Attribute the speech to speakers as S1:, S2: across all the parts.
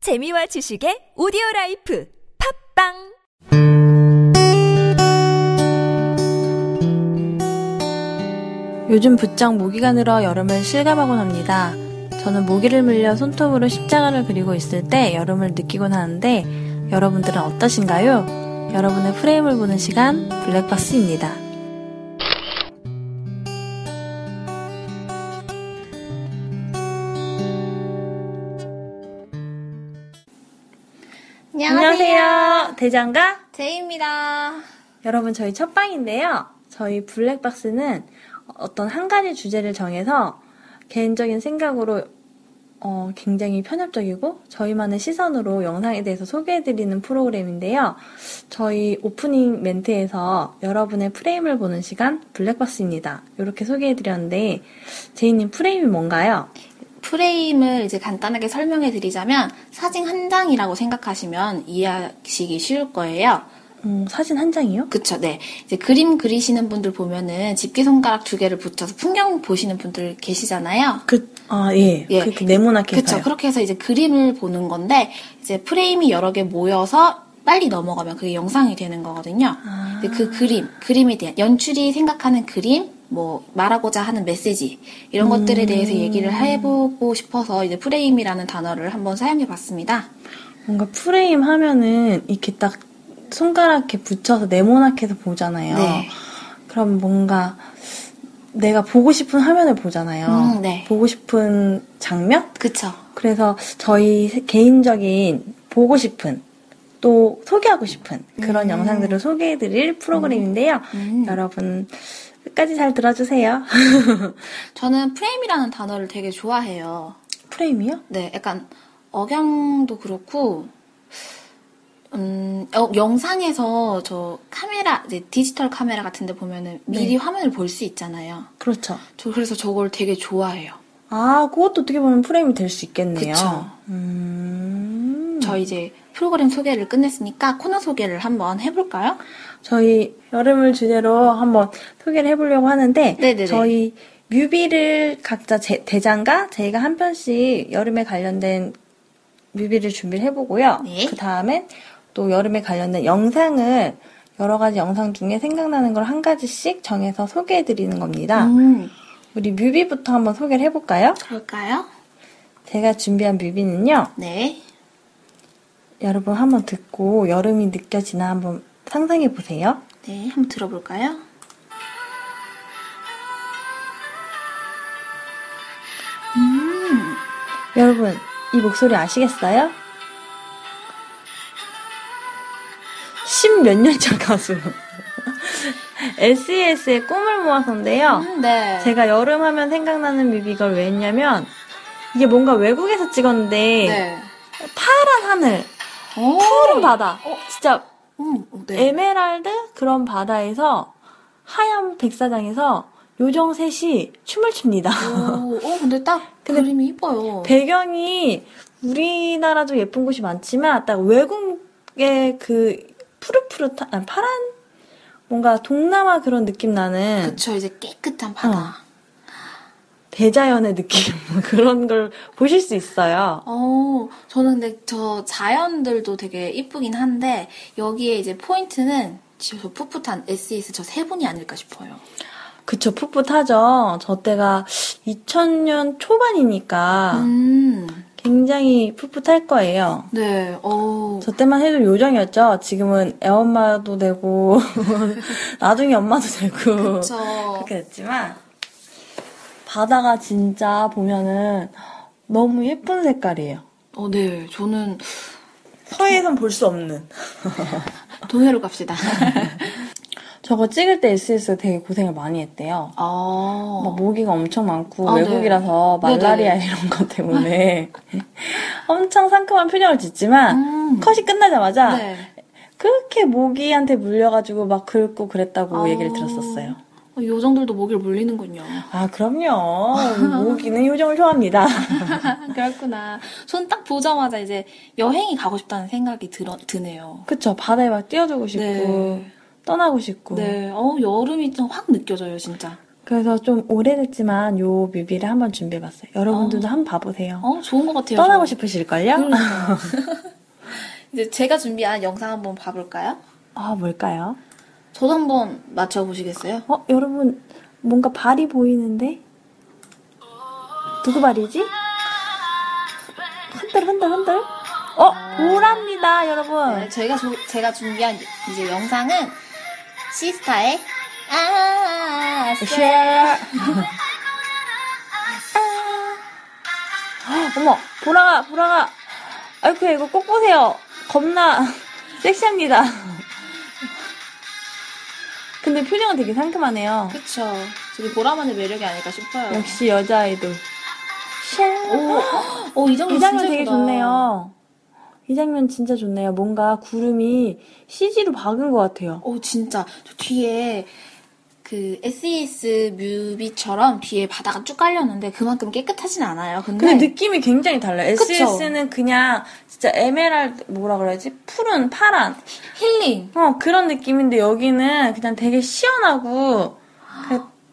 S1: 재미와 지식의 오디오 라이프 팝빵
S2: 요즘 부쩍 모기가 늘어 여름을 실감하곤 합니다. 저는 모기를 물려 손톱으로 십자가를 그리고 있을 때 여름을 느끼곤 하는데 여러분들은 어떠신가요? 여러분의 프레임을 보는 시간 블랙박스입니다. 대장가
S3: 제이입니다.
S2: 여러분 저희 첫 방인데요. 저희 블랙박스는 어떤 한 가지 주제를 정해서 개인적인 생각으로 어, 굉장히 편협적이고 저희만의 시선으로 영상에 대해서 소개해드리는 프로그램인데요. 저희 오프닝 멘트에서 여러분의 프레임을 보는 시간 블랙박스입니다. 이렇게 소개해드렸는데 제이님 프레임이 뭔가요?
S3: 프레임을 이제 간단하게 설명해 드리자면 사진 한 장이라고 생각하시면 이해하시기 쉬울 거예요.
S2: 음, 사진 한 장이요?
S3: 그쵸, 네. 이제 그림 그리시는 분들 보면은 집게 손가락 두 개를 붙여서 풍경 보시는 분들 계시잖아요.
S2: 그, 아, 예.
S3: 예.
S2: 그렇게 네모나게
S3: 그쵸.
S2: 봐요.
S3: 그렇게 해서 이제 그림을 보는 건데 이제 프레임이 여러 개 모여서 빨리 넘어가면 그게 영상이 되는 거거든요.
S2: 아.
S3: 근데 그 그림, 그림에 대한 연출이 생각하는 그림, 뭐 말하고자 하는 메시지 이런 것들에 대해서 얘기를 해보고 싶어서 이제 프레임이라는 단어를 한번 사용해봤습니다.
S2: 뭔가 프레임 하면은 이렇게 딱 손가락 이렇게 붙여서 네모나게 해서 보잖아요.
S3: 네.
S2: 그럼 뭔가 내가 보고 싶은 화면을 보잖아요.
S3: 음, 네.
S2: 보고 싶은 장면?
S3: 그쵸.
S2: 그래서 저희 세- 개인적인 보고 싶은 또 소개하고 싶은 그런 영상들을 소개해드릴 프로그램인데요.
S3: 음.
S2: 여러분 끝까지 잘 들어주세요.
S3: 저는 프레임이라는 단어를 되게 좋아해요.
S2: 프레임이요?
S3: 네, 약간 억양도 그렇고, 음, 어, 영상에서 저 카메라, 이제 디지털 카메라 같은 데 보면은 미리 화면을 볼 수 있잖아요.
S2: 그렇죠.
S3: 저 그래서 저걸 되게 좋아해요.
S2: 아, 그것도 어떻게 보면 프레임이 될 수 있겠네요.
S3: 그쵸.
S2: 음.
S3: 저 이제 프로그램 소개를 끝냈으니까 코너 소개를 한번 해볼까요?
S2: 저희 여름을 주제로 한번 소개를 해보려고 하는데
S3: 네네네.
S2: 저희 뮤비를 각자 제- 대장과 저희가 한 편씩 여름에 관련된 뮤비를 준비를 해보고요.
S3: 네.
S2: 그 다음에 또 여름에 관련된 영상을 여러 가지 영상 중에 생각나는 걸 한 가지씩 정해서 소개해드리는 겁니다.
S3: 음,
S2: 우리 뮤비부터 한번 소개를 해볼까요?
S3: 그럴까요?
S2: 제가 준비한 뮤비는요.
S3: 네.
S2: 여러분 한번 듣고 여름이 느껴지나 한번 상상해보세요.
S3: 네, 한번 들어볼까요?
S2: 여러분, 이 목소리 아시겠어요? 십몇 년 전 가수. SES의 꿈을 모아서인데요.
S3: 음, 네.
S2: 제가 여름 하면 생각나는 뮤비가 왜 했냐면, 이게 뭔가 외국에서 찍었는데,
S3: 네.
S2: 파란 하늘,
S3: 오,
S2: 푸른 바다, 진짜
S3: 음, 네.
S2: 에메랄드 그런 바다에서 하얀 백사장에서 요정 셋이 춤을 춥니다.
S3: 오, 어, 근데 딱
S2: 근데
S3: 그림이 이뻐요.
S2: 배경이 우리나라도 예쁜 곳이 많지만 딱 외국의 그 푸릇푸릇한 아니, 파란 뭔가 동남아 그런 느낌 나는
S3: 그쵸, 이제 깨끗한 바다.
S2: 대자연의 느낌 그런 걸 보실 수 있어요.
S3: 어, 저는 근데 저 자연들도 되게 이쁘긴 한데, 여기에 이제 포인트는 저 풋풋한 SES 저 세 분이 아닐까 싶어요.
S2: 그쵸 풋풋하죠. 저 때가 2000년 초반이니까
S3: 음,
S2: 굉장히 풋풋할 거예요.
S3: 네, 어,
S2: 저 때만 해도 요정이었죠. 지금은 애엄마도 되고 나중에 엄마도 되고
S3: 그쵸.
S2: 그렇게 됐지만 바다가 진짜 보면은 너무 예쁜 색깔이에요.
S3: 어, 네, 저는
S2: 서해에선 볼 수 없는.
S3: 동해로 갑시다.
S2: 저거 찍을 때 SS가 되게 고생을 많이 했대요. 막
S3: 어,
S2: 모기가 엄청 많고
S3: 아, 네.
S2: 외국이라서
S3: 네네.
S2: 말라리아 이런 것 때문에 엄청 상큼한 표정을 짓지만
S3: 음,
S2: 컷이 끝나자마자
S3: 네.
S2: 그렇게 모기한테 물려가지고 막 긁고 그랬다고
S3: 아.
S2: 얘기를 들었었어요.
S3: 어, 요정들도 목을 물리는군요.
S2: 아 그럼요. 모기는 요정을 좋아합니다.
S3: 그렇구나. 전 딱 보자마자 이제 여행이 가고 싶다는 생각이 들어, 드네요.
S2: 그쵸 바다에 막 뛰어주고 싶고
S3: 네.
S2: 떠나고 싶고
S3: 네, 어, 여름이 좀 확 느껴져요, 진짜.
S2: 그래서 좀 오래됐지만 요 뮤비를 한번 준비해봤어요. 여러분들도
S3: 어.
S2: 한번 봐보세요.
S3: 어, 음. 좋은 것 같아요.
S2: 떠나고
S3: 저.
S2: 싶으실걸요?
S3: 그러니까요. 이제 제가 준비한 영상 한번 봐볼까요?
S2: 아, 뭘까요?
S3: 저도 한번 맞춰보시겠어요?
S2: 어, 여러분, 뭔가 발이 보이는데? 누구 발이지? 흔들, 흔들, 흔들? 어, 보랍니다, 여러분.
S3: 네, 저희가 조- 제가 준비한 이제 영상은 시스타의 아,
S2: 쉐어. 어머, 보라가, 보라가. 아이쿠, 이거 꼭 보세요. 겁나 섹시합니다. 근데 표정은 되게 상큼하네요.
S3: 그쵸. 저게 보라만의 매력이 아닐까 싶어요.
S2: 역시 여자 아이돌.
S3: 오, 오, 어, 이 장면
S2: 이
S3: 진짜
S2: 장면 되게
S3: 예쁘다.
S2: 좋네요. 이 장면 진짜 좋네요. 뭔가 구름이 CG로 박은 것 같아요.
S3: 오, 진짜. 저 뒤에 그 SES 뮤비처럼 뒤에 바다가 쭉 깔렸는데 그만큼 깨끗하진 않아요. 근데,
S2: 근데 느낌이 굉장히 달라요.
S3: 네. 그쵸?
S2: SS는 그냥 진짜 에메랄드 뭐라 그래야지? 푸른 파란
S3: 힐링.
S2: 어 그런 느낌인데 여기는 그냥 되게 시원하고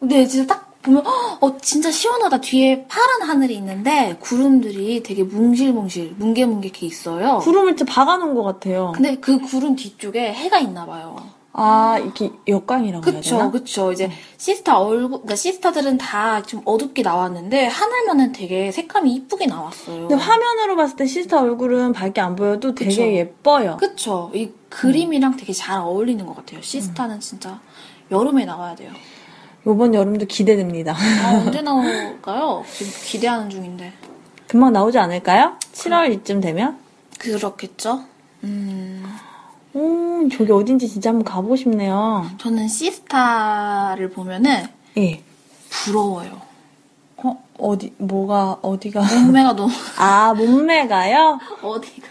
S3: 네, 진짜 딱 보면 헉, 어 진짜 시원하다. 뒤에 파란 하늘이 있는데 구름들이 되게 뭉실뭉실, 뭉게뭉게게 있어요.
S2: 구름을 진짜 박아놓은 것 같아요.
S3: 근데 그 구름 뒤쪽에 해가 있나 봐요.
S2: 아 이렇게 역광이라고 해야 되나? 음.
S3: 그쵸, 그쵸. 이제 시스타 얼굴, 그러니까 시스타들은 다 좀 어둡게 나왔는데 하늘만은 되게 색감이 이쁘게 나왔어요.
S2: 근데 화면으로 봤을 때 시스타 얼굴은 밝게 안 보여도 되게
S3: 그쵸.
S2: 예뻐요.
S3: 그쵸. 이 그림이랑 되게 잘 어울리는 것 같아요. 시스타는 진짜 여름에 나와야 돼요.
S2: 이번 여름도 기대됩니다.
S3: 아, 언제 나올까요? 지금 기대하는 중인데.
S2: 금방 나오지 않을까요?
S3: 그
S2: 7월 이쯤 되면?
S3: 그렇겠죠? 음.
S2: 음 저기 어딘지 진짜 한번 가보고 싶네요.
S3: 저는 시스타를 보면은
S2: 예.
S3: 부러워요.
S2: 어 어디 뭐가 어디가?
S3: 몸매가 너무
S2: 아 몸매가요?
S3: 어디가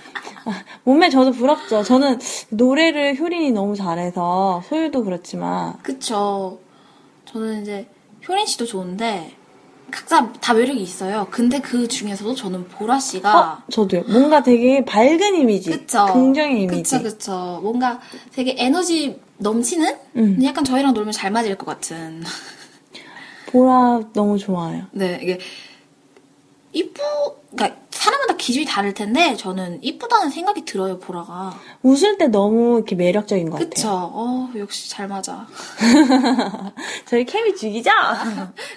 S2: 몸매 저도 부럽죠. 저는 노래를 효린이 너무 잘해서 소율도 그렇지만
S3: 그쵸. 저는 이제 효린 씨도 좋은데 각자 다 매력이 있어요. 근데 그 중에서도 저는 보라 씨가
S2: 어? 저도요. 뭔가 되게 밝은 이미지,
S3: 아. 그쵸.
S2: 긍정의 이미지.
S3: 그쵸 그쵸. 뭔가 되게 에너지 넘치는
S2: 음.
S3: 약간 저희랑 놀면 잘 맞을 것 같은.
S2: 보라 너무 좋아요.
S3: 네 이게 이쁘 그러니까 사람마다 기준이 다를 텐데 저는 이쁘다는 생각이 들어요 보라가.
S2: 웃을 때 너무 이렇게 매력적인 것
S3: 그쵸.
S2: 같아요.
S3: 어 역시 잘 맞아.
S2: 저희 케미 죽이죠?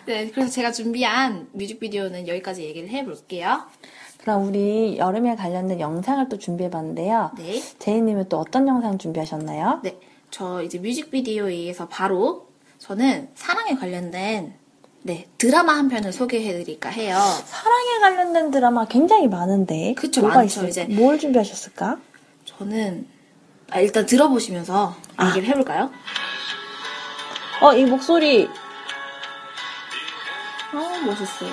S3: 네, 그래서 제가 준비한 뮤직비디오는 여기까지 얘기를 해볼게요.
S2: 그럼 우리 여름에 관련된 영상을 또 준비해봤는데요.
S3: 네.
S2: 제이님은 또 어떤 영상 준비하셨나요?
S3: 네. 저 이제 뮤직비디오에서 바로 저는 사랑에 관련된 네, 드라마 한 편을 소개해드릴까 해요.
S2: 사랑에 관련된 드라마 굉장히 많은데
S3: 그쵸,
S2: 뭐가
S3: 많죠,
S2: 있어요?
S3: 이제.
S2: 뭘 준비하셨을까?
S3: 저는 아, 일단 들어보시면서
S2: 아.
S3: 얘기를 해볼까요?
S2: 어, 이 목소리
S3: 어, 멋있어요.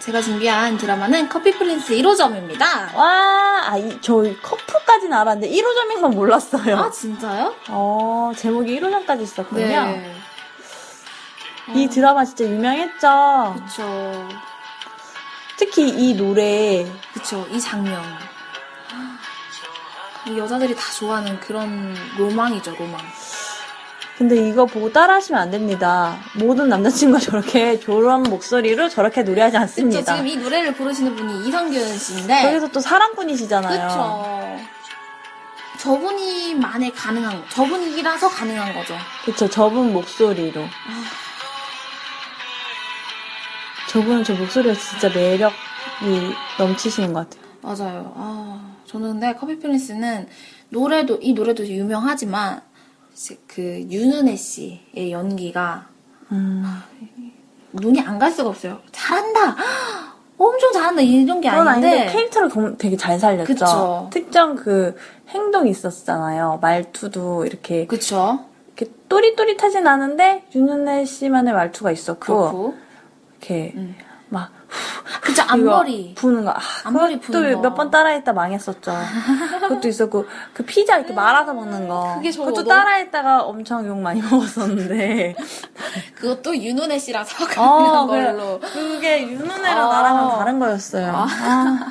S3: 제가 준비한 드라마는 커피 프린스 1호점입니다.
S2: 와, 아, 이, 저 커플까지는 알았는데 1호점인 건 몰랐어요.
S3: 아, 진짜요?
S2: 어, 제목이 1호점까지 있었군요.
S3: 네. 어,
S2: 이 드라마 진짜 유명했죠.
S3: 그쵸.
S2: 특히 이 노래.
S3: 그쵸, 이 장면. 이 여자들이 다 좋아하는 그런 로망이죠, 로망.
S2: 근데 이거 보고 따라하시면 안 됩니다. 모든 남자친구가 저렇게 조란 목소리로 저렇게 노래하지
S3: 그쵸,
S2: 않습니다.
S3: 지금 이 노래를 부르시는 분이 이성균 씨인데.
S2: 여기서 또 사랑꾼이시잖아요.
S3: 그쵸. 저분이만의 가능한, 거- 저분이라서 가능한 거죠.
S2: 그쵸, 저분 목소리로.
S3: 아.
S2: 저분은 저 목소리가 진짜 매력이 넘치시는 것 같아요.
S3: 맞아요. 아, 저는 근데 커피 프린스는 노래도, 이 노래도 유명하지만, 이제 그, 윤은혜 씨의 연기가
S2: 음.
S3: 눈이 안 갈 수가 없어요. 잘한다! 엄청 잘한다! 이런 게
S2: 그건 아닌데
S3: 아닌데.
S2: 캐릭터를 검- 되게 잘 살렸죠.
S3: 그쵸.
S2: 특정 그 행동이 있었잖아요. 말투도 이렇게
S3: 그쵸.
S2: 이렇게 또릿또릿하진 않은데 윤은혜 씨만의 말투가 있었고
S3: 그렇고.
S2: 이렇게
S3: 음.
S2: 막
S3: 그쵸,
S2: 이거
S3: 앞머리.
S2: 부는 거 아,
S3: 앞머리 부는 거.
S2: 또몇 번 따라했다 망했었죠. 그것도 있었고 그 피자 이렇게 말아서 먹는 거
S3: 그게 저거
S2: 그것도
S3: 너무-
S2: 따라했다가 엄청 욕 많이 먹었었는데
S3: 그것도 윤은혜 씨랑 사과하는
S2: 어,
S3: 걸로.
S2: 그래. 그게 윤은혜랑
S3: 아.
S2: 나랑은 다른 거였어요. 아.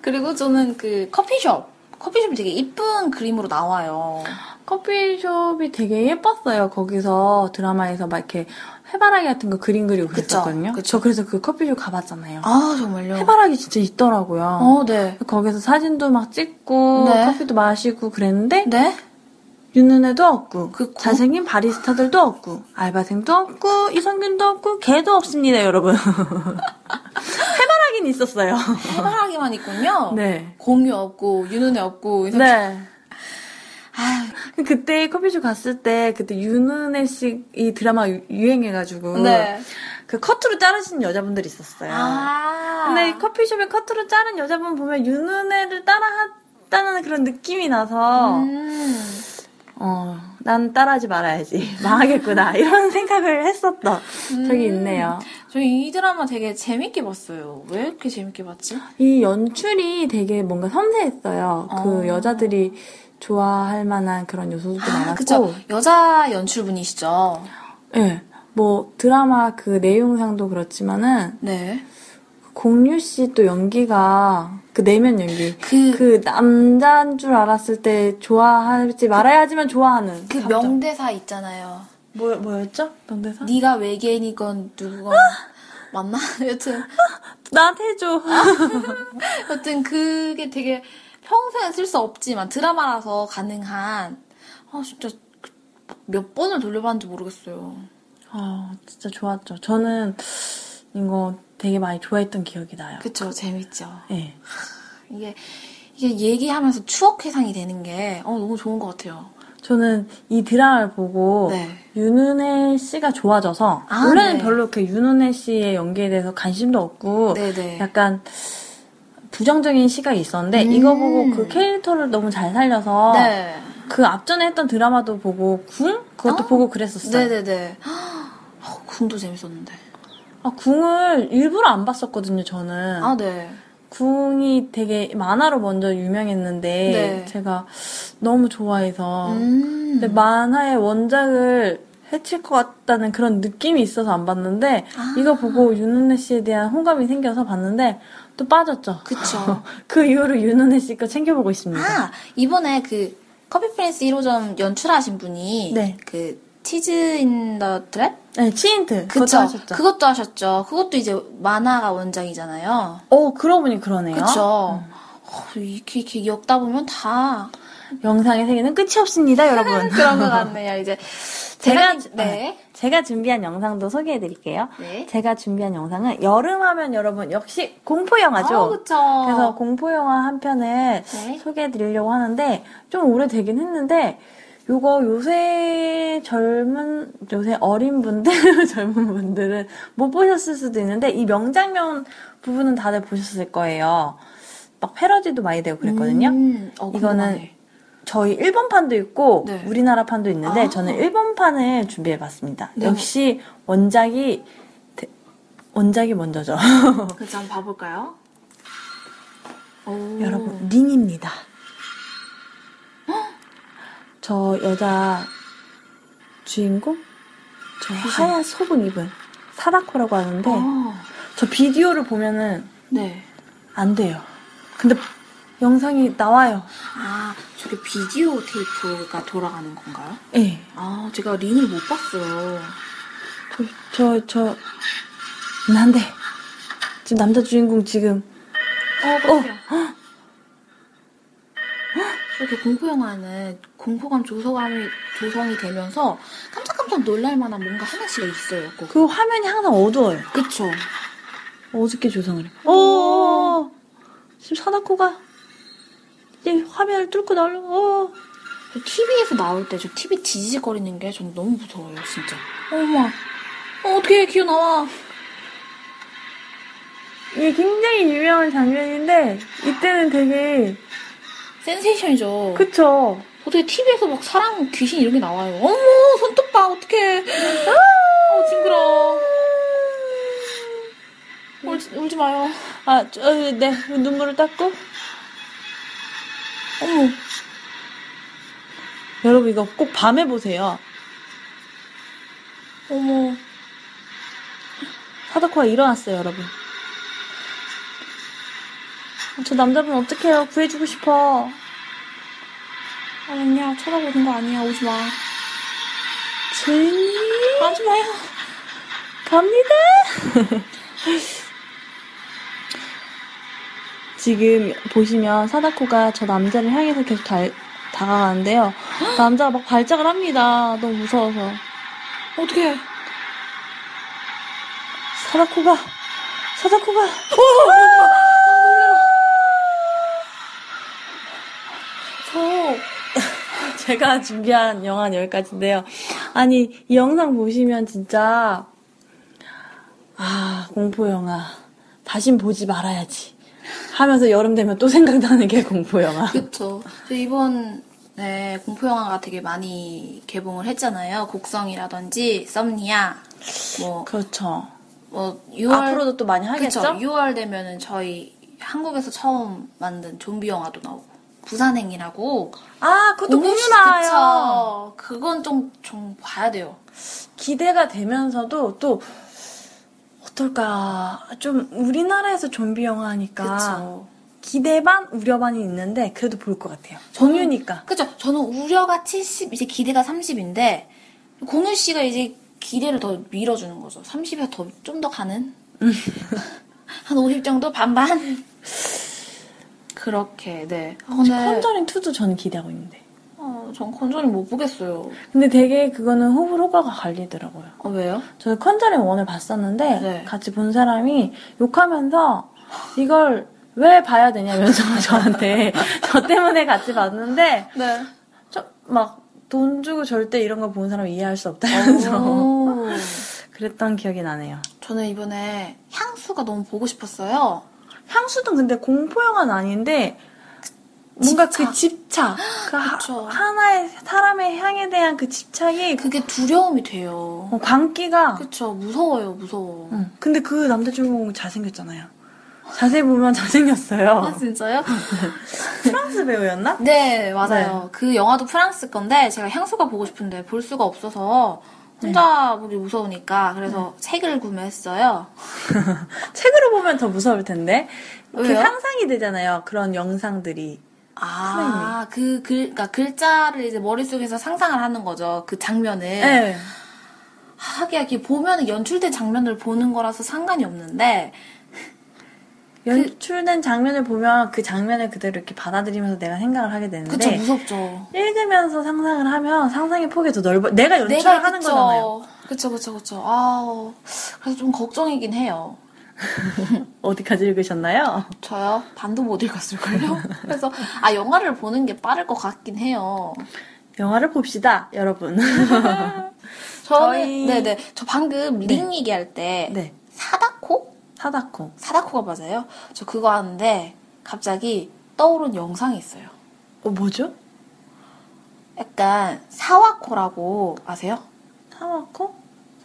S3: 그리고 저는 그 커피숍. 커피숍이 되게 이쁜 그림으로 나와요.
S2: 커피숍이 되게 예뻤어요. 거기서 드라마에서 막 이렇게 해바라기 같은 거 그림 그리고
S3: 그쵸,
S2: 그랬었거든요.
S3: 그쵸.
S2: 저 그래서 그 커피숍 가봤잖아요.
S3: 아, 정말요?
S2: 해바라기 진짜 있더라고요.
S3: 어, 네.
S2: 거기서 사진도 막 찍고
S3: 네.
S2: 커피도 마시고 그랬는데
S3: 네?
S2: 윤은혜도 없고
S3: 그 구-
S2: 잘생긴 바리스타들도 없고 알바생도 없고 이성균도 없고 걔도 없습니다 여러분 해바라기는 있었어요
S3: 해바라기만 있군요.
S2: 네
S3: 공유 없고, 윤은혜 없고. 이렇게.
S2: 네.
S3: 아유,
S2: 그때 커피숍 갔을 때 그때 윤은혜 씨 이 드라마 유- 유행해가지고
S3: 네.
S2: 그 커트로 자르신 여자분들이 있었어요
S3: 아.
S2: 근데 커피숍에 커트로 자른 여자분 보면 윤은혜를 따라했다는 그런 느낌이 나서
S3: 음.
S2: 어, 난 따라하지 말아야지. 망하겠구나. 이런 생각을 했었던
S3: 음.
S2: 적이 있네요.
S3: 저희 이 드라마 되게 재밌게 봤어요. 왜 이렇게 재밌게 봤지?
S2: 이 연출이 되게 뭔가 섬세했어요.
S3: 어.
S2: 그 여자들이 좋아할 만한 그런 요소도
S3: 아,
S2: 많았고.
S3: 그쵸. 여자 연출분이시죠.
S2: 예. 뭐 드라마 그 내용상도 그렇지만은
S3: 네.
S2: 공유 씨 또 연기가 그 내면 연기.
S3: 그, 그,
S2: 그 남자인 줄 알았을 때 좋아하지 말아야지만 좋아하는 감정.
S3: 그 명대사 있잖아요.
S2: 그 뭐 뭐였죠? 명대사?
S3: 네가 외계인이건 누구건
S2: 아.
S3: 맞나? 여튼
S2: 나한테 해줘.
S3: 여튼 그게 되게 평소엔 쓸 수 없지만 드라마라서 가능한 아 진짜 그- 몇 번을 돌려봤는지 모르겠어요.
S2: 아, 진짜 좋았죠. 저는 이거 되게 많이 좋아했던 기억이 나요.
S3: 그쵸 재밌죠.
S2: 예.
S3: 이게 이게 얘기하면서 추억 회상이 되는 게 어, 너무 좋은 것 같아요.
S2: 저는 이 드라마를 보고
S3: 네.
S2: 윤은혜 씨가 좋아져서
S3: 아,
S2: 원래는
S3: 네.
S2: 별로 그 윤은혜 씨의 연기에 대해서 관심도 없고
S3: 네네.
S2: 약간 부정적인 시각이 있었는데
S3: 음.
S2: 이거 보고 그 캐릭터를 너무 잘 살려서
S3: 네.
S2: 그 앞전에 했던 드라마도 보고 궁 그것도
S3: 아.
S2: 보고 그랬었어요.
S3: 네네네. 어, 궁도 재밌었는데.
S2: 아, 궁을 일부러 안 봤었거든요. 저는
S3: 아 네.
S2: 궁이 되게 만화로 먼저 유명했는데
S3: 네.
S2: 제가 너무 좋아해서
S3: 음.
S2: 근데 만화의 원작을 해칠 것 같다는 그런 느낌이 있어서 안 봤는데
S3: 아.
S2: 이거 보고 윤은혜 씨에 대한 호감이 생겨서 봤는데 또 빠졌죠.
S3: 그쵸.
S2: 그 이후로 윤은혜 씨거 챙겨보고 있습니다.
S3: 아, 이번에 그 커피 프린스 1호점 연출하신 분이
S2: 네.
S3: 그 치즈 인 더 트랩?
S2: 네, 치인트 그것도
S3: 그쵸.
S2: 하셨죠.
S3: 그것도 하셨죠. 그것도 이제 만화가 원작이잖아요.
S2: 어 그러고 보니 그러네요. 음.
S3: 그쵸. 어, 이렇게, 이렇게 엮다 보면 다
S2: 영상의 세계는 끝이 없습니다, 여러분.
S3: 그런 것 같네요. 이제
S2: 제가-
S3: 제가 네.
S2: 제가 준비한 영상도 소개해드릴게요.
S3: 네.
S2: 제가 준비한 영상은 여름하면 여러분 역시 공포 영화죠.
S3: 어, 그쵸.
S2: 그래서 공포 영화 한 편을
S3: 네.
S2: 소개해 드리려고 하는데 좀 오래되긴 했는데 요거 요새 젊은 요새 어린 분들 젊은 분들은 못 보셨을 수도 있는데 이 명장면 부분은 다들 보셨을 거예요. 막 패러디도 많이 되고 그랬거든요.
S3: 음, 어,
S2: 이거는 저희 일본판도 있고
S3: 네.
S2: 우리나라판도 있는데
S3: 아.
S2: 저는 일본판을 준비해 봤습니다.
S3: 네.
S2: 역시 원작이 대- 원작이 먼저죠.
S3: 그쵸. 한번 봐볼까요? 오.
S2: 여러분 린입니다. 저 여자 주인공 저
S3: 귀신.
S2: 하얀 속은 입은 사다코라고 하는데
S3: 어,
S2: 저 비디오를 보면은
S3: 네.
S2: 안 돼요. 근데 영상이 나와요.
S3: 아, 저게 비디오 테이프가 돌아가는 건가요?
S2: 예.
S3: 아, 제가 린을 못 봤어요.
S2: 저 저 저 안 돼. 지금 남자 주인공 지금
S3: 어, 그래요. 이렇게 공포 영화는 공포감 조성함이 조성이 되면서 깜짝깜짝 놀랄만한 뭔가 하나씩 있어요. 꼭.
S2: 그 화면이 항상 어두워요.
S3: 그쵸?
S2: 어저께 조성을 해. 오, 지금 사다코가 이제 화면을 뚫고 나오려고. 어.
S3: 저 TV에서 그 나올 때 저 TV 지지직거리는 게 전 너무 무서워요, 진짜. 어머, 어, 어떻게 기어 나와?
S2: 이게 굉장히 유명한 장면인데 이때는 되게
S3: 센세이션이죠.
S2: 그쵸
S3: 어떻게 TV에서 막 사람 귀신 이런 게 나와요? 어머, 손톱 봐, 어떡해. 어, 징그러워. 울지, 울지 마요.
S2: 아네 눈물을 닦고
S3: 어머.
S2: 여러분 이거 꼭 밤에 보세요
S3: 어머.
S2: 사다코가 일어났어요 여러분 저 남자분 어떡해요 구해주고 싶어
S3: 아니야, 쳐다보는 거 아니야. 오지 마.
S2: 제니
S3: 하지 마요.
S2: 갑니다. 지금 보시면 사다코가 저 남자를 향해서 계속 달, 다가가는데요. 남자가 막 발작을 합니다. 너무 무서워서.
S3: 어떻게?
S2: 사다코가 사다코가 어, 저 제가 준비한 영화는 여기까지인데요. 아니 이 영상 보시면 진짜 아 공포 영화 다신 보지 말아야지 하면서 여름 되면 또 생각나는 게 공포 영화.
S3: 그쵸. 근데 이번에 공포영화가 되게 많이 개봉을 했잖아요. 곡성이라든지, 썸니아, 뭐,
S2: 그렇죠.
S3: 뭐, 6월.
S2: 앞으로도 또 많이 하겠죠?
S3: 6월 되면은 저희 한국에서 처음 만든 좀비 영화도 나오고. 부산행이라고.
S2: 아 그것도
S3: 오늘
S2: 보면
S3: 시-
S2: 나요.
S3: 그쵸. 그건 좀, 좀 봐야 돼요.
S2: 기대가 되면서도 또 어떨까 좀 우리나라에서 좀비 영화니까
S3: 그쵸.
S2: 기대 반 우려 반이 있는데 그래도 볼 것 같아요. 정유니까
S3: 그죠? 저는 우려가 70, 이제 기대가 30인데, 공유 씨가 이제 기대를 더 밀어주는 거죠. 30에 더, 좀 더 가는?
S2: 음.
S3: 한 50 정도? 반반? 그렇게, 네. 오늘,
S2: 어, 컨저링 2도 저는 기대하고 있는데.
S3: 어, 전 컨저링 못 보겠어요.
S2: 근데 되게 그거는 호불 호가가 갈리더라고요.
S3: 어, 왜요?
S2: 저는 컨저링 1을 봤었는데
S3: 네.
S2: 같이 본 사람이 욕하면서 이걸 왜 봐야 되냐면서 저한테 저 때문에 같이 봤는데
S3: 네.
S2: 저 막 돈 주고 절대 이런 거 보는 사람 이해할 수
S3: 어.
S2: 없다면서 그랬던 기억이 나네요.
S3: 저는 이번에 향수가 너무 보고 싶었어요.
S2: 향수도 근데 공포 영화는 아닌데 뭔가 그 집착, 그
S3: 그쵸.
S2: 하, 나의 사람의 향에 대한 그 집착이
S3: 그게 두려움이 돼요.
S2: 어, 광기가.
S3: 그쵸. 무서워요, 무서워.
S2: 응. 근데 그 남자 주인공 잘생겼잖아요. 자세히 보면 잘생겼어요.
S3: 아, 진짜요?
S2: 프랑스 배우였나?
S3: 네, 맞아요. 그 영화도 프랑스 건데 제가 향수가 보고 싶은데 볼 수가 없어서 혼자 보기 무서우니까 그래서 책을 구매했어요.
S2: 책으로 보면 더 무서울 텐데. 그
S3: 왜요?
S2: 상상이 되잖아요. 그런 영상들이.
S3: 아, 그 글, 그러니까 글자를 이제 머릿속에서 상상을 하는 거죠. 그 장면을.
S2: 네.
S3: 하기야, 이게 보면 연출된 장면을 보는 거라서 상관이 없는데. 그
S2: 연출된 장면을 보면 그 장면을 그대로 이렇게 받아들이면서 내가 생각을 하게 되는데.
S3: 그쵸, 무섭죠.
S2: 읽으면서 상상을 하면 상상의 폭이 더 넓어. 내가 연출을 하는
S3: 네, 그쵸.
S2: 거잖아요.
S3: 그쵸, 그쵸, 그쵸. 아 그래서 좀 걱정이긴 해요.
S2: 어디까지 읽으셨나요?
S3: 저요? 반도 못 읽었을걸요? 그래서, 아, 영화를 보는 게 빠를 것 같긴 해요.
S2: 영화를 봅시다, 여러분. 저희-
S3: 저는 네네 저 방금 링 얘기할 때
S2: 네.
S3: 사다코
S2: 사다코.
S3: 사다코가 맞아요? 저 그거 하는데 갑자기 떠오른 영상이 있어요.
S2: 어, 뭐죠?
S3: 약간 사와코라고 아세요?
S2: 사와코?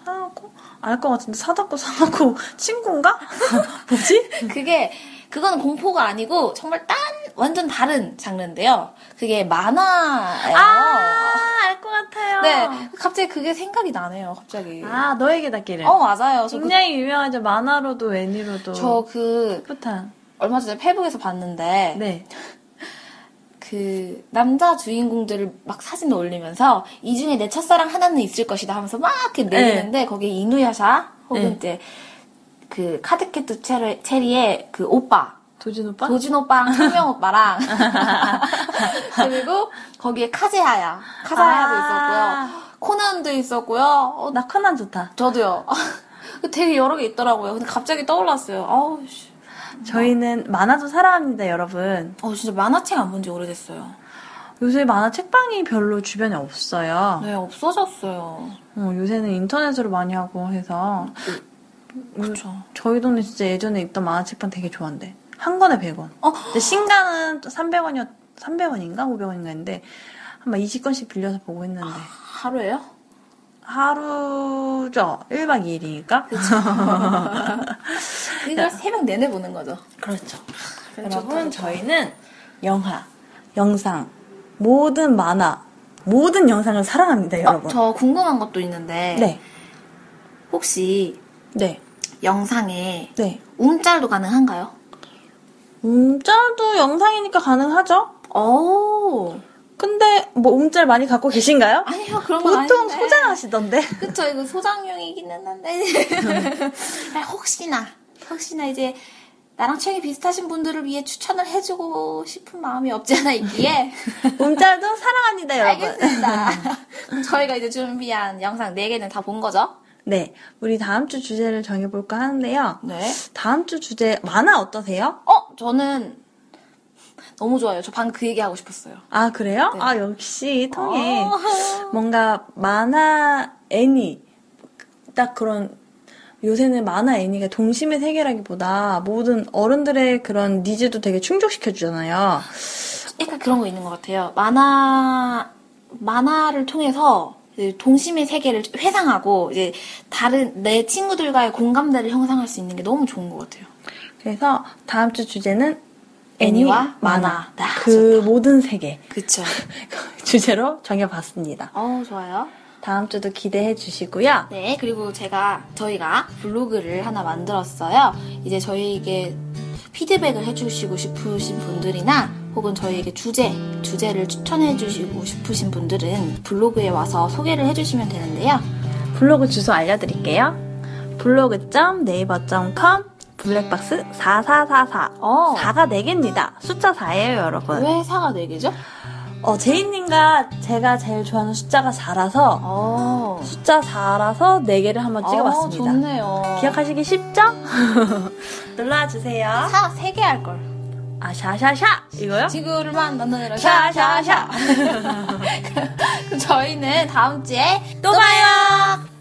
S2: 사와코? 알 것 같은데, 사다코, 사와코. 친구인가? 뭐지?
S3: 그게 그건 공포가 아니고 정말 딴 완전 다른 장르인데요. 그게 만화예요.
S2: 아! 알 것 같아요.
S3: 네 갑자기 그게 생각이 나네요. 갑자기.
S2: 아, 너에게 닿기를.
S3: 어 맞아요.
S2: 굉장히 유명하죠. 만화로도 애니로도.
S3: 저 그
S2: 풋풋한.
S3: 얼마 전에 페북에서 봤는데
S2: 네.
S3: 그 남자 주인공들을 막 사진을 올리면서 이 중에 내 첫사랑 하나는 있을 것이다 하면서 막 이렇게 내리는데 거기에 이누야샤 혹은
S2: 네.
S3: 이제 그 카드캡트 체리, 체리의 그 오빠
S2: 도진 오빠?
S3: 도진 오빠랑 성명 오빠랑 그리고 거기에 카제하야 카자야도
S2: 아.
S3: 있었고요 코난도 있었고요 어,
S2: 나 커난 좋다.
S3: 저도요 그 되게 여러 개 있더라고요 근데 갑자기 떠올랐어요 아우 씨.
S2: 저희는 만화도 사랑합니다, 여러분.
S3: 어 진짜 만화책 안 본 지 오래됐어요
S2: 요새 만화 책방이 별로 주변에 없어요.
S3: 네 없어졌어요
S2: 어, 요새는 인터넷으로 많이 하고 해서
S3: 그렇죠
S2: 저희 동네 진짜 예전에 있던 만화책방 되게 좋아한대. 한 권에 100원.
S3: 어?
S2: 근데 신간은 300원이었 300원인가 500원인가 했는데 아마 20권씩 빌려서 보고 했는데
S3: 하루에요?
S2: 하루죠. 1박 2일이니까. 네.
S3: 이걸 새벽 내내 보는 거죠.
S2: 그렇죠.
S3: 그렇죠,
S2: 여러분
S3: 그렇죠.
S2: 저희는 영화, 영상, 모든 만화, 모든 영상을 사랑합니다, 여러분.
S3: 저 궁금한 것도 있는데
S2: 네.
S3: 혹시
S2: 네.
S3: 영상에
S2: 네.
S3: 움짤도 가능한가요?
S2: 문자도 영상이니까 가능하죠?
S3: 오,
S2: 근데 뭐 움짤 많이 갖고 계신가요?
S3: 아니요, 그런 건
S2: 보통
S3: 아닌데.
S2: 소장하시던데.
S3: 그쵸, 이거 소장용이기는 한데. 아, 혹시나, 혹시나 이제, 나랑 취향이 비슷하신 분들을 위해 추천을 해주고 싶은 마음이 없지 않아 있기에.
S2: 움짤도 사랑합니다, 여러분.
S3: 알겠습니다. 저희가 이제 준비한 영상 4개는 다 본 거죠?
S2: 네, 우리 다음 주 주제를 정해볼까 하는데요.
S3: 네.
S2: 다음 주 주제 만화 어떠세요?
S3: 어, 저는 너무 좋아요. 저 방금 그 얘기하고 싶었어요.
S2: 아 그래요?
S3: 네.
S2: 아 역시 통해
S3: 어.
S2: 뭔가 만화 애니 딱 그런 요새는 만화 애니가 동심의 세계라기보다 모든 어른들의 그런 니즈도 되게 충족시켜 주잖아요.
S3: 약간 그런 거 있는 것 같아요. 만화 만화를 통해서 이제 동심의 세계를 회상하고 이제 다른 내 친구들과의 공감대를 형성할 수 있는 게 너무 좋은 것 같아요.
S2: 그래서 다음 주 주제는
S3: 애니와 만화. 아,
S2: 그 모든 세계
S3: 그쵸.
S2: 주제로 정해봤습니다.
S3: 어 좋아요.
S2: 다음 주도 기대해 주시고요.
S3: 네 그리고 제가 저희가 블로그를 하나 만들었어요. 이제 저희에게 피드백을 해주시고 싶으신 분들이나 혹은 저희에게 주제 주제를 추천해주시고 싶으신 분들은 블로그에 와서 소개를 해주시면 되는데요.
S2: 블로그 주소 알려드릴게요. 블로그.naver.com 블랙박스 4444
S3: 어.
S2: 4가 4개입니다. 숫자 4예요, 여러분.
S3: 왜 사가 네 개죠?
S2: 어, 제이님과 제가 제일 좋아하는 숫자가 4라서
S3: 어.
S2: 숫자 4라서 4개를 한번
S3: 아,
S2: 찍어봤습니다.
S3: 좋네요.
S2: 기억하시기 쉽죠? 놀라주세요.
S3: 사, 세 개 할 걸.
S2: 아, 샤샤샤! 이거요?
S3: 지구를만 만나느라
S2: 샤, 샤, 샤.
S3: 그럼 저희는 다음 주에
S2: 또 봐요!
S3: 또